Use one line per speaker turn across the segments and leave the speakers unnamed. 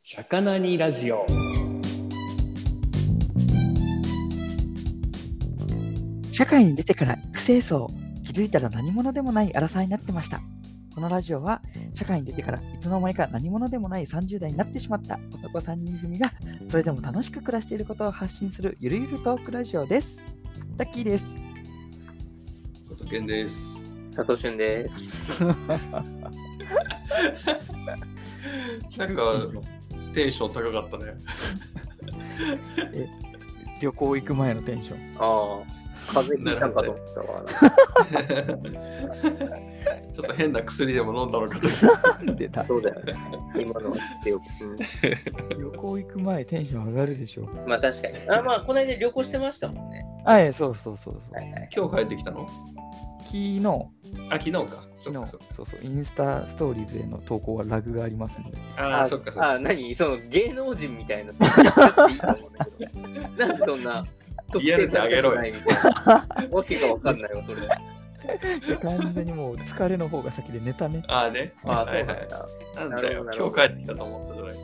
魚にラジオ。
社会に出てから育成層気づいたら何者でもない荒さになってましたこのラジオは社会に出てからいつの間にか何者でもない30代になってしまった男3人組がそれでも楽しく暮らしていることを発信するゆるゆるトークラジオですタッキーです
コトケンです。
佐藤俊です。
なんかテンション高かったね。
旅行行く前のテンション
ああ、風邪ひいたんかと思ったわ。
ちょっと変な薬でも飲んだのかと。
出た
そうだよね。 今のは強く。う
旅行行く前テンション上がるでしょ
んまあ確かに。あまあ、この間旅行してましたもんね。
あえそうそうそうそう
はいはい。
今日帰ってきたの？
昨日
あ、昨日か。そ
昨
っ
日
かそっか。
そうそうインスタストーリーズへの投稿はラグがありますので
あー、そっかそっ
あ
か。
何その芸能人みたいなさ。いいと思うんだけどなんでそんな。特定されたくないみたいな。わけがわかんないわ、それ。
完全にもう疲れの方が先でネタね
あーね。
ああ、
は
そう
い
な
は
ん
い。
だ。
なんだよ
な。る
今
ほ
日
ど
帰ってきたと思ったじゃない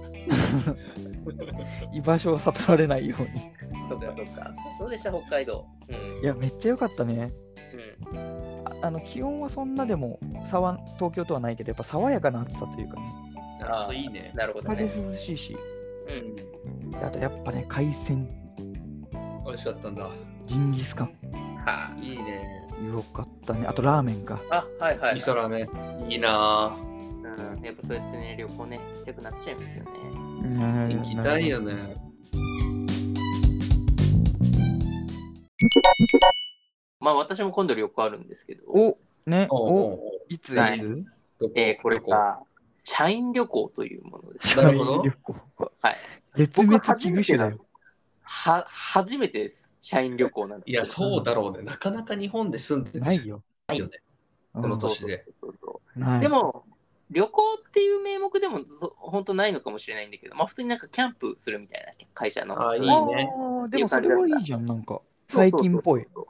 居場所を悟られないように
そっかそっか。どうでした、北海道。うん。
いや、めっちゃ良かったね。
うん。
ああの気温はそんなでもさわ東京とはないけど、やっぱ爽やかな暑さというかね、
あ
いいね
あ、。なるほど
これ
ね。
で涼しいし、
うん。
あとやっぱね、海鮮、
美味しかったんだ。
ジンギスカン、
はい
いね。
よかったね。あとラーメンか。
あ。あ、はいはい。
味噌ラーメン。いいな
うん、やっぱそうやってね、旅行ね、行きたくなっちゃいますよね。
ぁ。
行
行きたいよ。ね。
まあ私も今度旅行あるんですけど、
おね、
お
お
お
いつい
はい
つ
どこ
えーこれ
どこ
が、チャイン旅行というものです。
なるほど
社員旅行
はい。
絶滅危惧種だよ。
は、初めてです。社員旅行なんて。
いや、そうだろうね。なかなか日本で住んでる
ないよ。
ないよ
う
ね。
ん
この
そう
年
そう
で。
そうそ
な
う
い
でも、旅行っていう名目でもそ本当ないのかもしれないんだけど、まあ普通になんかキャンプするみたいな会社の人
あーいい
あ
ね
ーでもそれはいいじゃん、なんか。最近っぽい。。
そう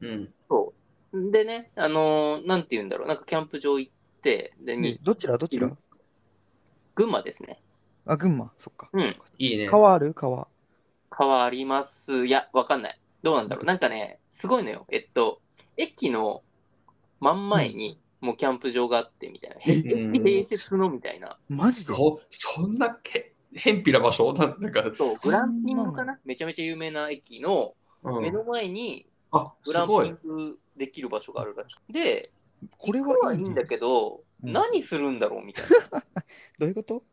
そうそう
うん。
そうそうでね、あのーなんて言うんだろう、なんかキャンプ場行って、で、に
ねどちらどちら
群馬ですね。
あ、群馬、そっか。
うん。
いいね。
川ある川。
変わります。いや、わかんない。どうなんだろう。なんかね、すごいのよ。えっと、駅の真ん前に、もうキャンプ場があってみたいな。へ
え
うん
併設のみたいな。
マジで
そそんなけ偏僻な場所なんなんか、
そう、グランピング
そ
か
ん
なめちゃめちゃ有名な駅の
う
目
ん
の、前に
あ
グ
す
ラン
ご
ピ
い
ン。グできる場所があるらしくで、
これ
行く
はい
い
い,、ね、
んだけど、
うん
何するんだろうみたいな。い
どういうこと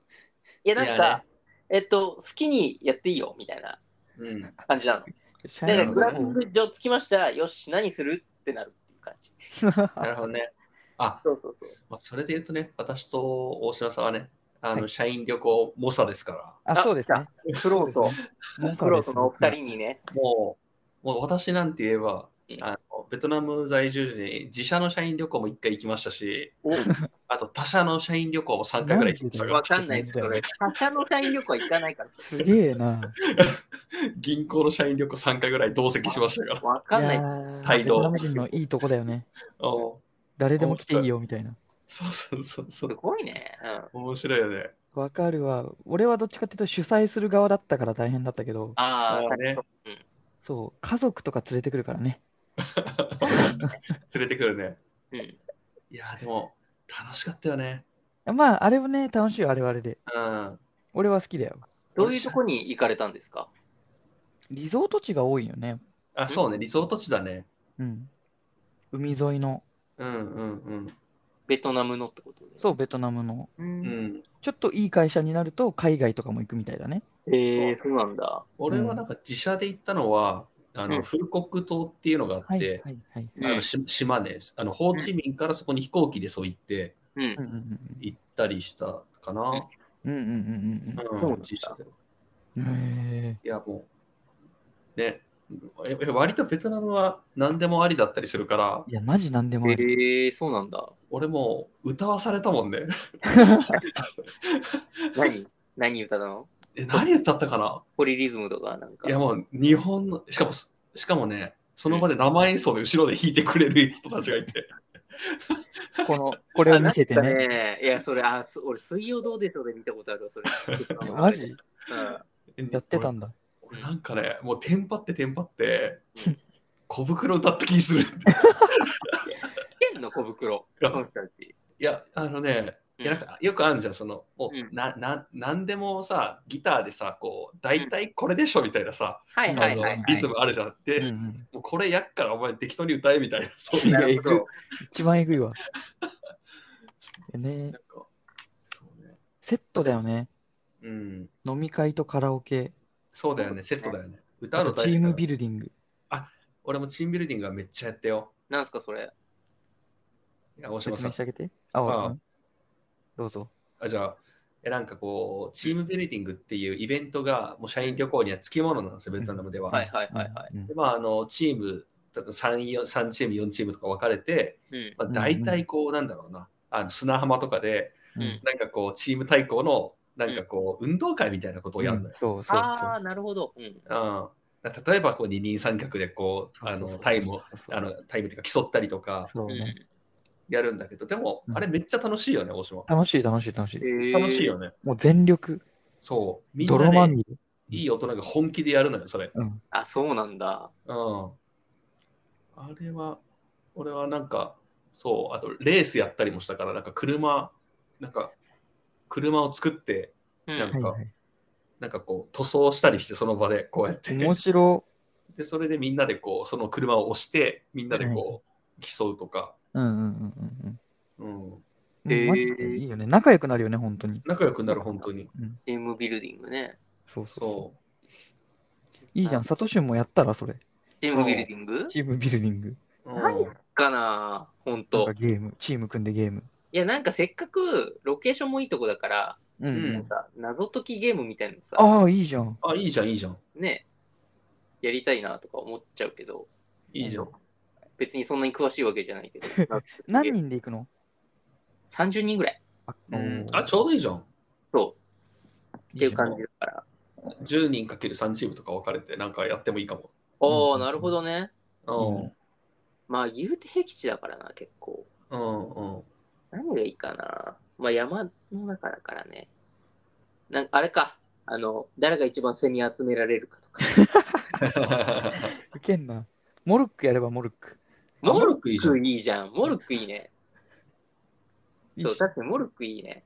や、なん
いや
か、えっと、好きにやっていいよみたいな
うん、
感じなの。
社
で、
な
の
るほど
グランピング場着きました。よし、何するってなるっていう感じ。
なるほどね。あ、
そうそうそう。
まあ、それで言うとね、私と大島さんはね、あの、
はい
社員旅行猛者ですから、
あ、そうですね。
フロート、
文化
フロートのお二
人。
人にね、
もう、もう私なんて言えば
う、ん
あのベトナム在住時に自社の社員旅行も一回行きましたし、あと他社の社員旅行も3回ぐらい行きました
わ
か
かんないです、それ。他の社員旅行は行かないから。
すげえな。
ら、銀行の社員旅行3回ぐらい同席しましたから。
わかんない
や
い。
ー
態
ベ
度
トナム人のいいとこだよね。
おう
誰でも来ていいよみたいな。
そうそうそうそ
す
う。
ごいね。うん、
面白いよね。
わかるわ。俺はどっちかっていうと主催する側だったから大変だったけど、
あ
ま
あ、
あね
そう、家族とか連れてくるからね。
連れてくるね。
うん、
いやー、でも、楽しかったよね。
まあ、あれもね、楽しいよ、あれはあれで。
うん。
俺は好きだよ。
どういうとこに行かれたんですか
リゾート地が多いよね。
あ、そうね、リゾート地だね。
うん。海沿いの、
うんうん
ベトナムのってことで。
そう、ベトナムの。
う。
うん。うんん。
ちょっといい会社になると、海外とかも行くみたいだね。
えー、そうなんだ。
俺はなんか自社で行ったのは、あ
う
の、
ん
フルコック島っていうのがあ
は
っ
い、
て、
はい、はい。
うん
あのし島ね、あの、ホーチミンからそこに飛行機でそう行って、
う
う
んう
ん。
んうんうん。
行ったりしたかな。
うんうんうん
う、
そうんなんだ
自社で。
うんうん。へ
いや、もう、ね、やっぱ割とベトナムは何でもありだったりするから
え。、いや、マジなんでもあ
え
り。
ー、そうなんだ。
俺もう歌わされたもんね。
何何歌ったの
え、何歌ったかな
ポリリズムとかなんか。
いやもう日本の、しかも、しかもね、その場で生演奏で後ろで弾いてくれる人たちがいて、
この、これを見せて
あなん
ね。
かねいや、それ、あ、そ俺、水曜どうでしょうで見たことあるわ、それ。
マジ
うん
やってたんだ。
俺俺なんかね、もうテンパってテンパって、小袋歌った気す る。
やってんの、小袋。その人たち。
いや、あのね、いやなんかよくあるじゃん、その、もう
うん
なななんでもさ、ギターでさ、こう、大体これでしょみたいなさ、
はいはいは
あ
い
の。リズムあるじゃん。で、
うんうん、
もうこれやっからお前適当に歌えみたいな、そういう。
な
なん
るほど。
一番えぐいわ。ね、
か、そうね。
セットだよね。
うん、
飲み会とカラオケ、
そうだよね、セットだよね。歌
あ
うの
と
大好
チ
き
ー
だ
ム
よ
ビルディング。
俺もチームビルディングはめっちゃやってよ。
なんすか、それ。
いや、大島
説明
さん
して。あげて。あ、
ああ
うんどうぞ。
あじゃあ、えなんかこう、チームビルディングっていうイベントが、もう社員旅行にはつきものなんですよ、ベトナムでは。
はいはいはいは
うん
でまあ、あのチーム、だと 3, よ3チーム、4チームとか分かれて、
い。うん。
まあ、大体こう、なんだろうな、あの砂浜とかで、
うん
うん
なんかこう、チーム対抗の、なんかこう、運動会みたいなことをやるのよ。
そうそう
あ
そ
あ、なるほど。うん。
うん例えば、こう、二人三脚で、こう、
う。
あのタイムを、あのタイムというか競ったりとか
そう
う
ね。
ん
やるんだけど、でも
う、ん
あれめっちゃ楽しいよね、大島。
楽しい楽しい楽しい。
楽しい。よね。
もう全力、
そう。みん
泥ま
な、
み
ね、
れ。
いい大人が本気でやるのよ、それ。
えーあ、そうなんだ。
うん。あれは、俺はなんか、そう、あとレースやったりもしたから、なんか車、なんか、車を作って、
う
なん
ん。
は
か
いはい。
なんかこう、塗装したりして、その場でこうやって、
面白
で、それでみんなでこう、その車を押して、みんなでこう、競うとか、
い。うんうんうんうんうん。
うん。
うん
へー
マジでいいよね。仲良くなるよね、本当に。
仲良くなる、本当に。
チームビルディングね。
そうそうそ。
そう
いいじゃん、サトシュンもやったら、それ。
チームビルディング
チームビルディング。
う。
何かなほん
なん
と
か。ゲーム、チーム組んでゲーム。
いや、なんかせっかくロケーションもいいとこだから、
うんう
なん
ん。
か謎解きゲームみたいなのさ、
ああ、いいじゃん。
あ、いいじゃん、いいじゃん。
ね、やりたいなとか思っちゃうけど、
いいじゃん。
別にそんなに詳しいわけじゃないけど。
何人で行くの
?30 人ぐらい。
あ
うん、あ、ちょうどいいじゃん。
そ。
いうい
っ
じ
て
ゃ
い
ん
う感じだから。
10人かける3チームとか分かれて、なんかやってもいいかも。
ああ、なるほどね。
うん。
まあ、言うて僻地だからな、結構。
うん、うん。
何がいいかな。まあ、山の中だからね。なんあれか。あの、誰が一番セミ集められるかとか。
ウケんな。モルックやればモルック。
モルックいいじゃん
モルックいいじゃん。モルックいいね。
いい
そう、確かにモルックいいね。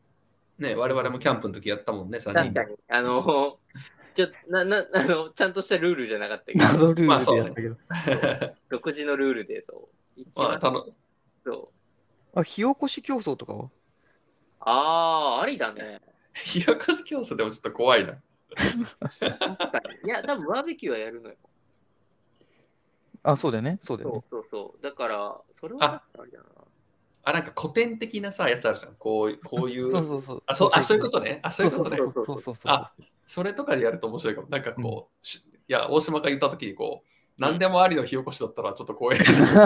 ね、我々もキャンプの時やったもんね、3人
確か
で。
に。あの、 ちょななあのちゃんとしたルールじゃなかったけど、
謎ル
まあ
ール
そう
で
ね
やったけど。
独自のルールで、そう。一
まあ、
番
たの
そう。
あ、火起こし競争とかは
ああ、ありだね。
日明かし競争でもちょっと怖いな。
確かに。いや、多分バーベキューはやるのよ。
あ、そうだよね。そうだよ
そ
ね
う。そうそう。だから、それはあれだな。
あ、なんか古典的なさ、やつあるじゃん。こうこうい
そう
う。
そうそう。
あそうあ、そういうことね。あ、そう
そ
いううこ
そうそう
とね。
そうそうそうそう。
あそれとかでやると面白いかも。なんかこう、しいや、大島が言った時にこう、何でもありの火起こしだったらちょっと 怖い。
い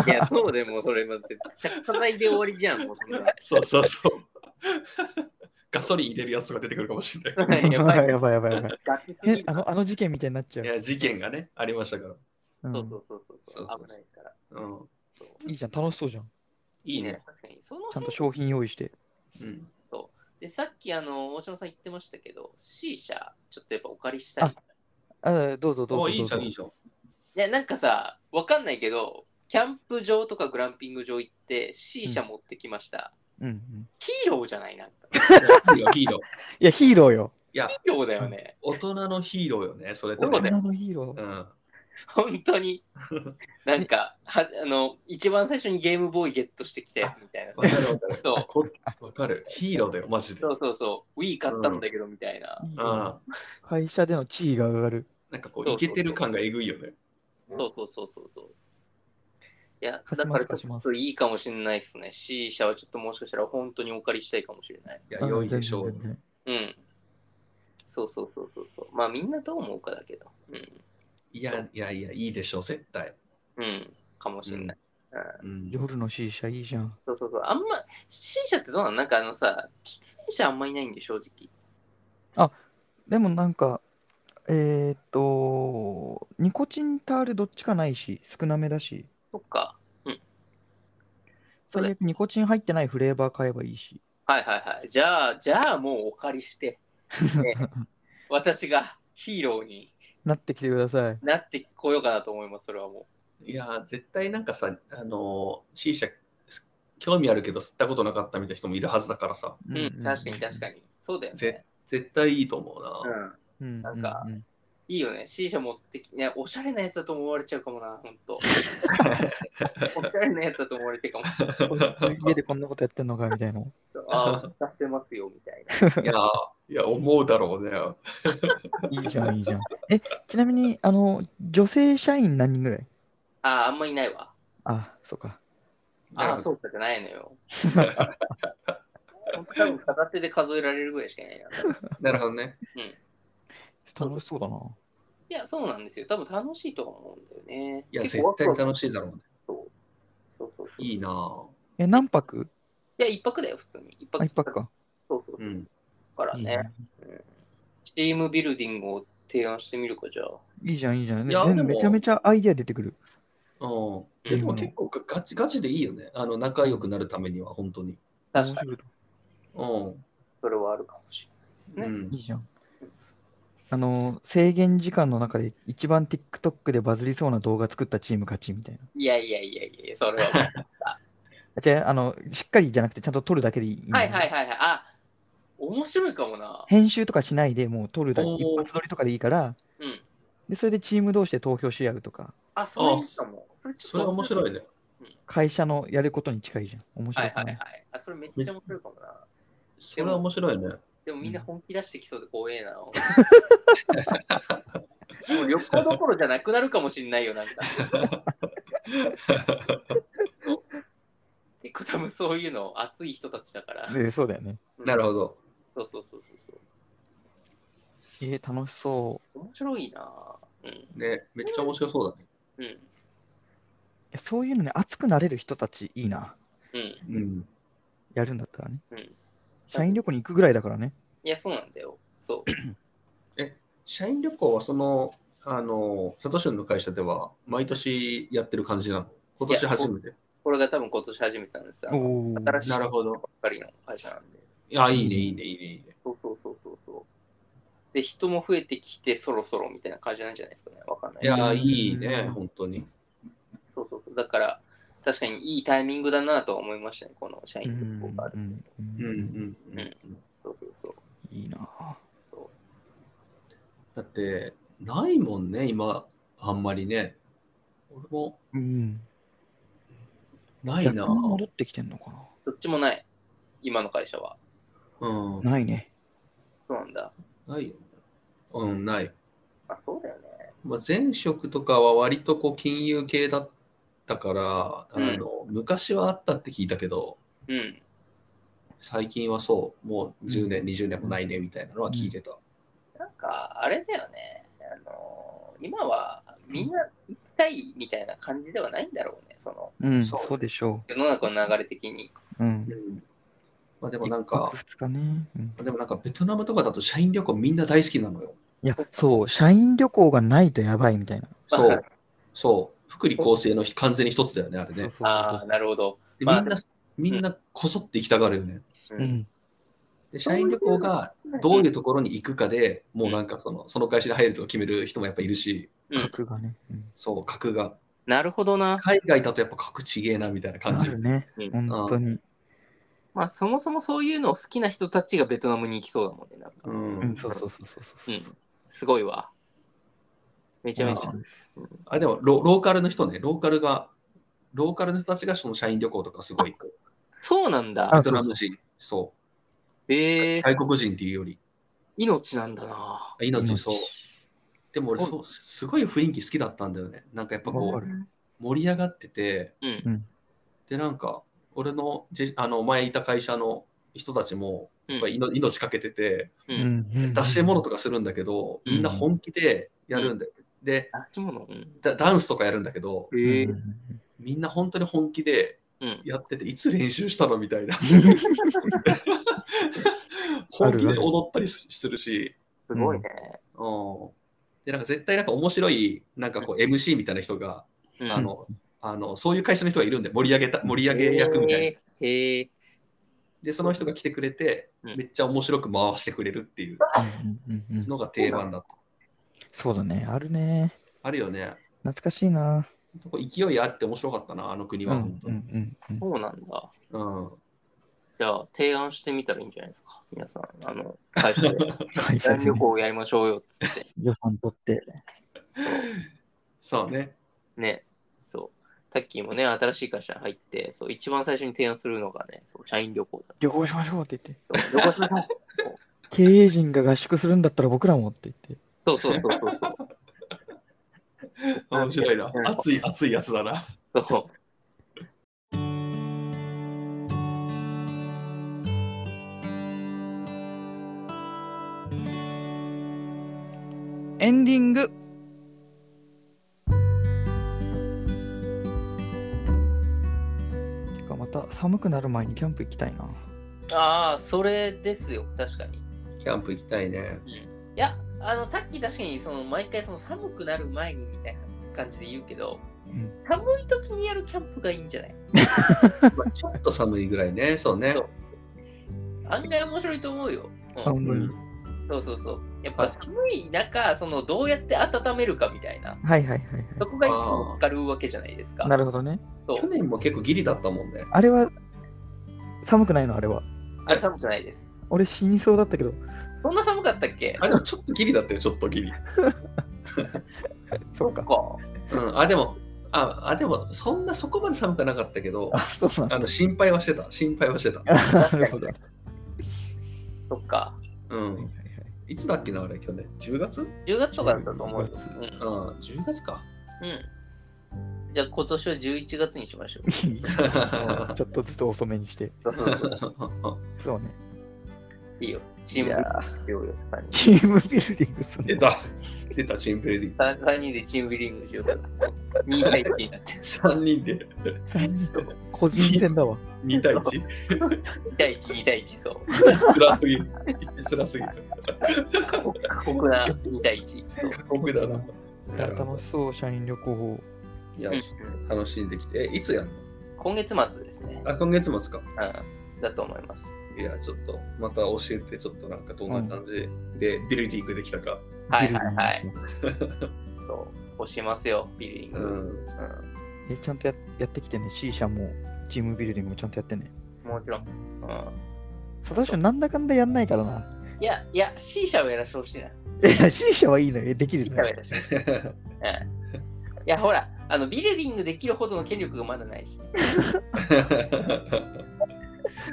や、そうでも、それも絶対、課題で終わりじゃん、もうそんな。
そうそうそう。ガソリン入れるやつとか出てくるかもしれない。
やばい。
やばいやばいや ばい。
ガチすぎ
え
る、
あの、あの事件みたいになっちゃ。
いうや、事件がね、ありましたから。
うん
そうそうそうそう
そうそうそう
危ないから。
うん。
いいじゃん、楽しそうじゃん。
いいね。
確かに。その
ちゃん
辺
と商品用意して。
うん。
で、さっき、あの、大島さん言ってましたけど、C 社、ちょっとやっぱお借りしたい。
あ、どうぞどうぞどうぞ。
おいいじゃん、いいじゃん。
いや、なんかさ、わかんないけど、キャンプ場とかグランピング場行って C 社持ってきました。
うんうん。
ヒーローじゃないなんか。
いい
ヒ
よ、いいよ。
いや、ヒーローよ。
ーローだよね。
大人のヒーローよね、それって
そうだ
ね。
よ
女のヒーロー。
うん。
本当 に。なんか、はあの、一番最初にゲームボーイゲットしてきたやつみたいな
わ。かるわかる。
そう
こわかる。ヒーローだよ、マジで。
そううそうそう。Wii 買ったんだけどみたいな。
いい
ん。
じゃん会社での地位が上がる。
なんかこう、
そ
イ
うそうそう
ケてる感がえぐいよね。
そうそうそうそうそう。いや、
勝
だ
ち
か
ます
らちょっ
勝ち
といいかもしれないですね。C 社はちょっともしかしたら本当にお借りしたいかもしれない。
いや、良いでし
あ
ょう
全。然
うん。そうそうそうそうそう。まあみんなどう思うかだけど。うん。
いや、いやいや、いいでしょう、絶対。
うん。かもしれない。
うん。
夜の C 社いいじゃん。
そうそうそう。あんま、支援者ってどうなんなんかあのさ、喫煙者あんまいないんで、正直。
でもなんか、えーっと、ニコチンタールどっちかないし、少なめだし、
そっか。それ
最悪ニコチン入ってないフレーバー買えばいいし。
はいはいはい。じゃあ、じゃあもうお借りして、 私がヒーローに
なってきてください。
なってこようかなと思います、それはも
いやー、絶対なんかさ、あのー、C 社、興味あるけど吸ったことなかったみたいな人もいるはずだからさ、
う。うん、確かに確か
に。
に。そうだよ
ぜ
ね。
絶対いいと思う
う
な。
ん。
うん
なんか
うんうん
いいよね。C 社持ってきね、おしゃれなやつだと思われちゃうかもな、ほんと。おしゃれなやつだと思われてるかも。
家でこんなことやってんのかみたいな。
ああ、出してますよ、みたいな。
いやー、いや、思うだろうね。
いいじゃん、いいじゃん。え、ちなみに、あの、女性社員何人ぐらい
ああ、あんまいないわ。
あ、そうか。
ああ、
う。
そうかじゃないのよ。ほんと多分片手で数えられるぐらいしかいないな。
なるほどね。
楽しそうだな。
いや、そうなんですよ。多分楽しいと思うんだよね。
いや、
結
絶
構
対
ワクワク
楽しいだろうね。
そうそうそうそう。
い
い
いなぁ。
え、何泊
や、一泊だよ、普通に。一
あ、
泊
一泊か。
そうそう
う
そう。
ん。
から
いいじゃ
ね。チームビルディングを提案してみるか、じゃあ。
ん、いいじゃん、いいじゃん。
いや
全
でも
めちゃめちゃアイデア出てくる。
うん。
う
で
ん
も結構がガチガチでいいよね。あの、仲良くなるためには、本当に。
確かに、
面白
うん。
それはあるかもしれないです
う
ね。
ん
いい。いじゃん。あの、制限時間の中で一番 TikTok でバズりそうな動画作ったチーム勝ちみたいな。
いやいやいやいや、それは。
あじゃあ、あの、しっかりじゃなくて、ちゃんと撮るだけでいいの。
はいはいはいはい。あ、面白いかもな。
編集とかしないで、もう撮るだけ、
おー
一発撮りとかでいいから、
うん。
で、それでチーム同士で投票し合うとか、
あ、それいいかも。それちょっ
そ
と
れは面白いね。
会社のやることに近いじゃん。面
は
白
い
いか
はい
ね。
はい。あ、それめっちゃ面白いかもな。
それは面白いね。
でもみんな本気出してきそうで怖えな。もう旅行どころじゃなくなるかもしれないよ、なんか。結構多分そういうの熱い人たちだから。
でそうだよね。
なる
ほ
ほど。
ど。そうそうそうそう
えー、楽しそ
そう。面白いな。うん。
ね。めっちゃ面白そうだね。
うん。
う。いやそういうのね、熱くなれる人たちいいな。
うん。
うん。
やるんだったらね。
うん。い
社員旅行に行くぐらいだからね。
や、そうなんだよ。そう。
社員旅行は、その、あの、サトシュンの会社では、毎年やってる感じなの。今年初めて。
これが多分今年初めてなんですよ。
おー
新しい
なるほど
ばっかりの会社なんで。
いや、いいね、いいね、いいね、いいね。
そうそうそうそうそう。で、人も増えてきて、そろそろみたいな感じなんじゃないですかね。わかんない。
いや、いい
うん
ね、本当に。
そうそうそう。だから、確かにいいタイミングだなとは思いましたね、この社
う
員
ん
旅行がある
う。ん
う
う
んうんんうん
うんそうそうそう。
いいな。
だって、ないもんね、今、あんまりね。俺も、
うん。
ない
逆
な。
に戻ってきてんのか
どっちもない。今の会社は。
うん、
な。ないね。
そうなんだ。
ないよね。うん、ない。
あ、そうだよね。
まあ、前職とかは割とこう金融系だったから、
うん
あの昔はあったって聞いたけど、
うん。
最近はそう、もう10年、20年もないねみたいなのは聞いてた。
なんか、あれだよね。あのー今はみんな行きたいみたいな感じではないんだろうね。そ
う
の、
ん、
そう
そうでしょ
世の中の流れ的に。
う。うん。
うんまあ、でもなんか、
2日ね。うん
でもなんかベトナムとかだと社員旅行みんな大好きな のよ。
いや、そう、社員旅行がないとやばいみたいな。
そう、そう、福利厚生の完全に一つだよね、あれね。
ああ、なるほど。
でみ
まあ
んな、みんなこそって行きたがるよね。
ううん。
で社員旅行がどういうところに行くかで、もうなんかそのその会社に入るとか決める人もやっぱいるし、
うん
格がね。うん
そう、格が。
なるほどな。
海外だとやっぱ格ちげえなみたいな感
あ
じ。
るね
うん。
本当に。
まあ、そもそもそういうのを好きな人たちがベトナムに行きそうだもんね。なんか
うん
うん、そうそうそうそうそう。
うんすごいわ。めちゃめち
あ
ゃ。
あでもロ、ローカルの人ね、ローカルが、ローカルの人たちがその社員旅行とかすごい行く。
そうなん
あ
だ
ベ。トナム人、そ
え
う、
え
外国人っていうより、
命なんだな。
あ命そう。でも俺
うん
そう、すごい雰囲気好きだったんだよね。なんかやっぱ
わ
こ
か
う
る、
盛り上がってて、
うん。
で、なんか、俺のじあの前いた会社の人たちも、
う
やっぱ
ん。
り命命かけてて、
う
う。
んん。
出し物とかするんだけど、みんな本気でやるんだよ。で
出し物うん。
ダ、ダンスとかやるんだけど、
うん
ええ
みんな本当に本気で
うん。
やってて、いつ練習したのみたいな。
あ
本
る
気で踊ったりすするし、
すごいね。
うん、でなんか絶対なんか面白いなんかこう MC みたいな人が、
うん
あのあのそういう会社の人がいるんで盛り上げた盛り上げ役みたいな。
へーへー
でその人が来てくれて、
うん
めっちゃ面白く回してくれるっていう
うんうんうんうん
のが定番だと。
そうだね、あるね。
あるよね。
懐かしいな。
ほんと勢いあって面白かったな、あの国
うんう
は本
ん
当
う
に。
んうん
そうなんだ。
うん
じゃあ、提案してみたらいいんじゃないですか。皆さん、あの、会社で
はい、そうで
団
す
旅
ね
行をやりましょうよ、つって。
予算取って。
そうね。
ね。そう。タッキーもね、新しい会社入って、そう、一番最初に提案するのがね、そう社員旅行だ
旅行しましょうって言って。
そう旅行しましょう
経営陣が合宿するんだったら僕らもって言って。
そうそうそうそうそう。
面白いな
う。ん
熱い熱いやつだな。
そう。
エンディングてかまた寒くなる前にキャンプ行きたいな。
ああ、それですよ、確かに。
キャンプ行きたいね。
いや、あの、タッキー確かに、その、毎回、その、寒くなる前にみたいな感じで言うけど、
ん
寒い時にやるキャンプがいいんじゃない
まあ、ちょっと寒いぐらいね。そうね
そう案外面白いと思うよ。
あ
うん、
本当に
そうそうそう。やっぱ寒い中、その、どうやって温めるかみたいな、
はいはいはい
そこが一個乗っかるわけじゃないです
はい。
か。
なるほどね。
そう
去年も結構ギリだったもんね。
あれは寒くないのあれは。
あれ寒くないです。
俺死にそうだったけど。
そんな寒かったっけ
あれでもちょっとギリだったよ、ちょっとギリ。
そうか。
か。
うん、あ、でも、あ、あでも、そんなそこまで寒くなかったけど
あ、、そうなん
あの心配はしてた、心配はしてた。
だ。なるほど。
そっか。
うん。いつだっけな、あれ、去年。10月うん、
10月とかだったと思うよ。
10月か。
うん。うん。じゃあ今年は11月にしましょ う。
ちょっとずつ遅めにして。そうね。
いいよ。チー
い
ムビ
やー
ルディングしようよ。
チームビルディングすん
出
の。
た、出た、チンプレディ。
3, 3人でチームビルディングしようか。2対1になって。
3人で
三人 個人戦だわ。
2対1。
2対1、2対1、そう。
つらすぎる。つらすぎる。
過酷過酷な2対1。そう。
過酷だな。
いや楽しそう、社員旅行。
いや
うん、
楽しんできて。え、いつやんの
今月末ですね。
あ、今月末か。
うん。だと思います。
いや、ちょっと、また教えて、ちょっとなんかどんな感じでビルディングできたか。
はいはいはい
ビルディングしま
そう。押しますよ、ビルディン
う
グ。うん。
ん。
す。え、ちゃんとややってきてね、C 社もチームビルディングもちゃんとやってね。
もちろん。う
サトシはなんだかんだやんないからな。
ん。いや、いや、C 社をやらしてほしいな。
いや、C 社はいいのよ、できる
C 社
の
をや
よ。
らしてほしい。うん。いや、ほら、あの、ビルディングできるほどの権力がまだないし。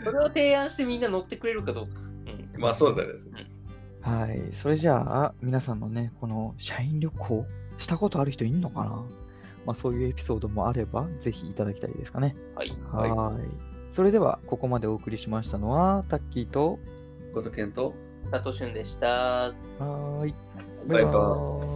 それを提案してみんな乗ってくれるかどうか。うん。
まあ、そうだね。
はい、それじゃあ、皆さんのね、この社員旅行したことある人いんのかなまあ、そういうエピソードもあれば、ぜひいただきたいですかね。
はい。
はい
はーい。それでは、ここまでお送りしましたのは、タッキーと、
ごとけんと。
佐藤俊でした。
はーい。
バイバイ
イ。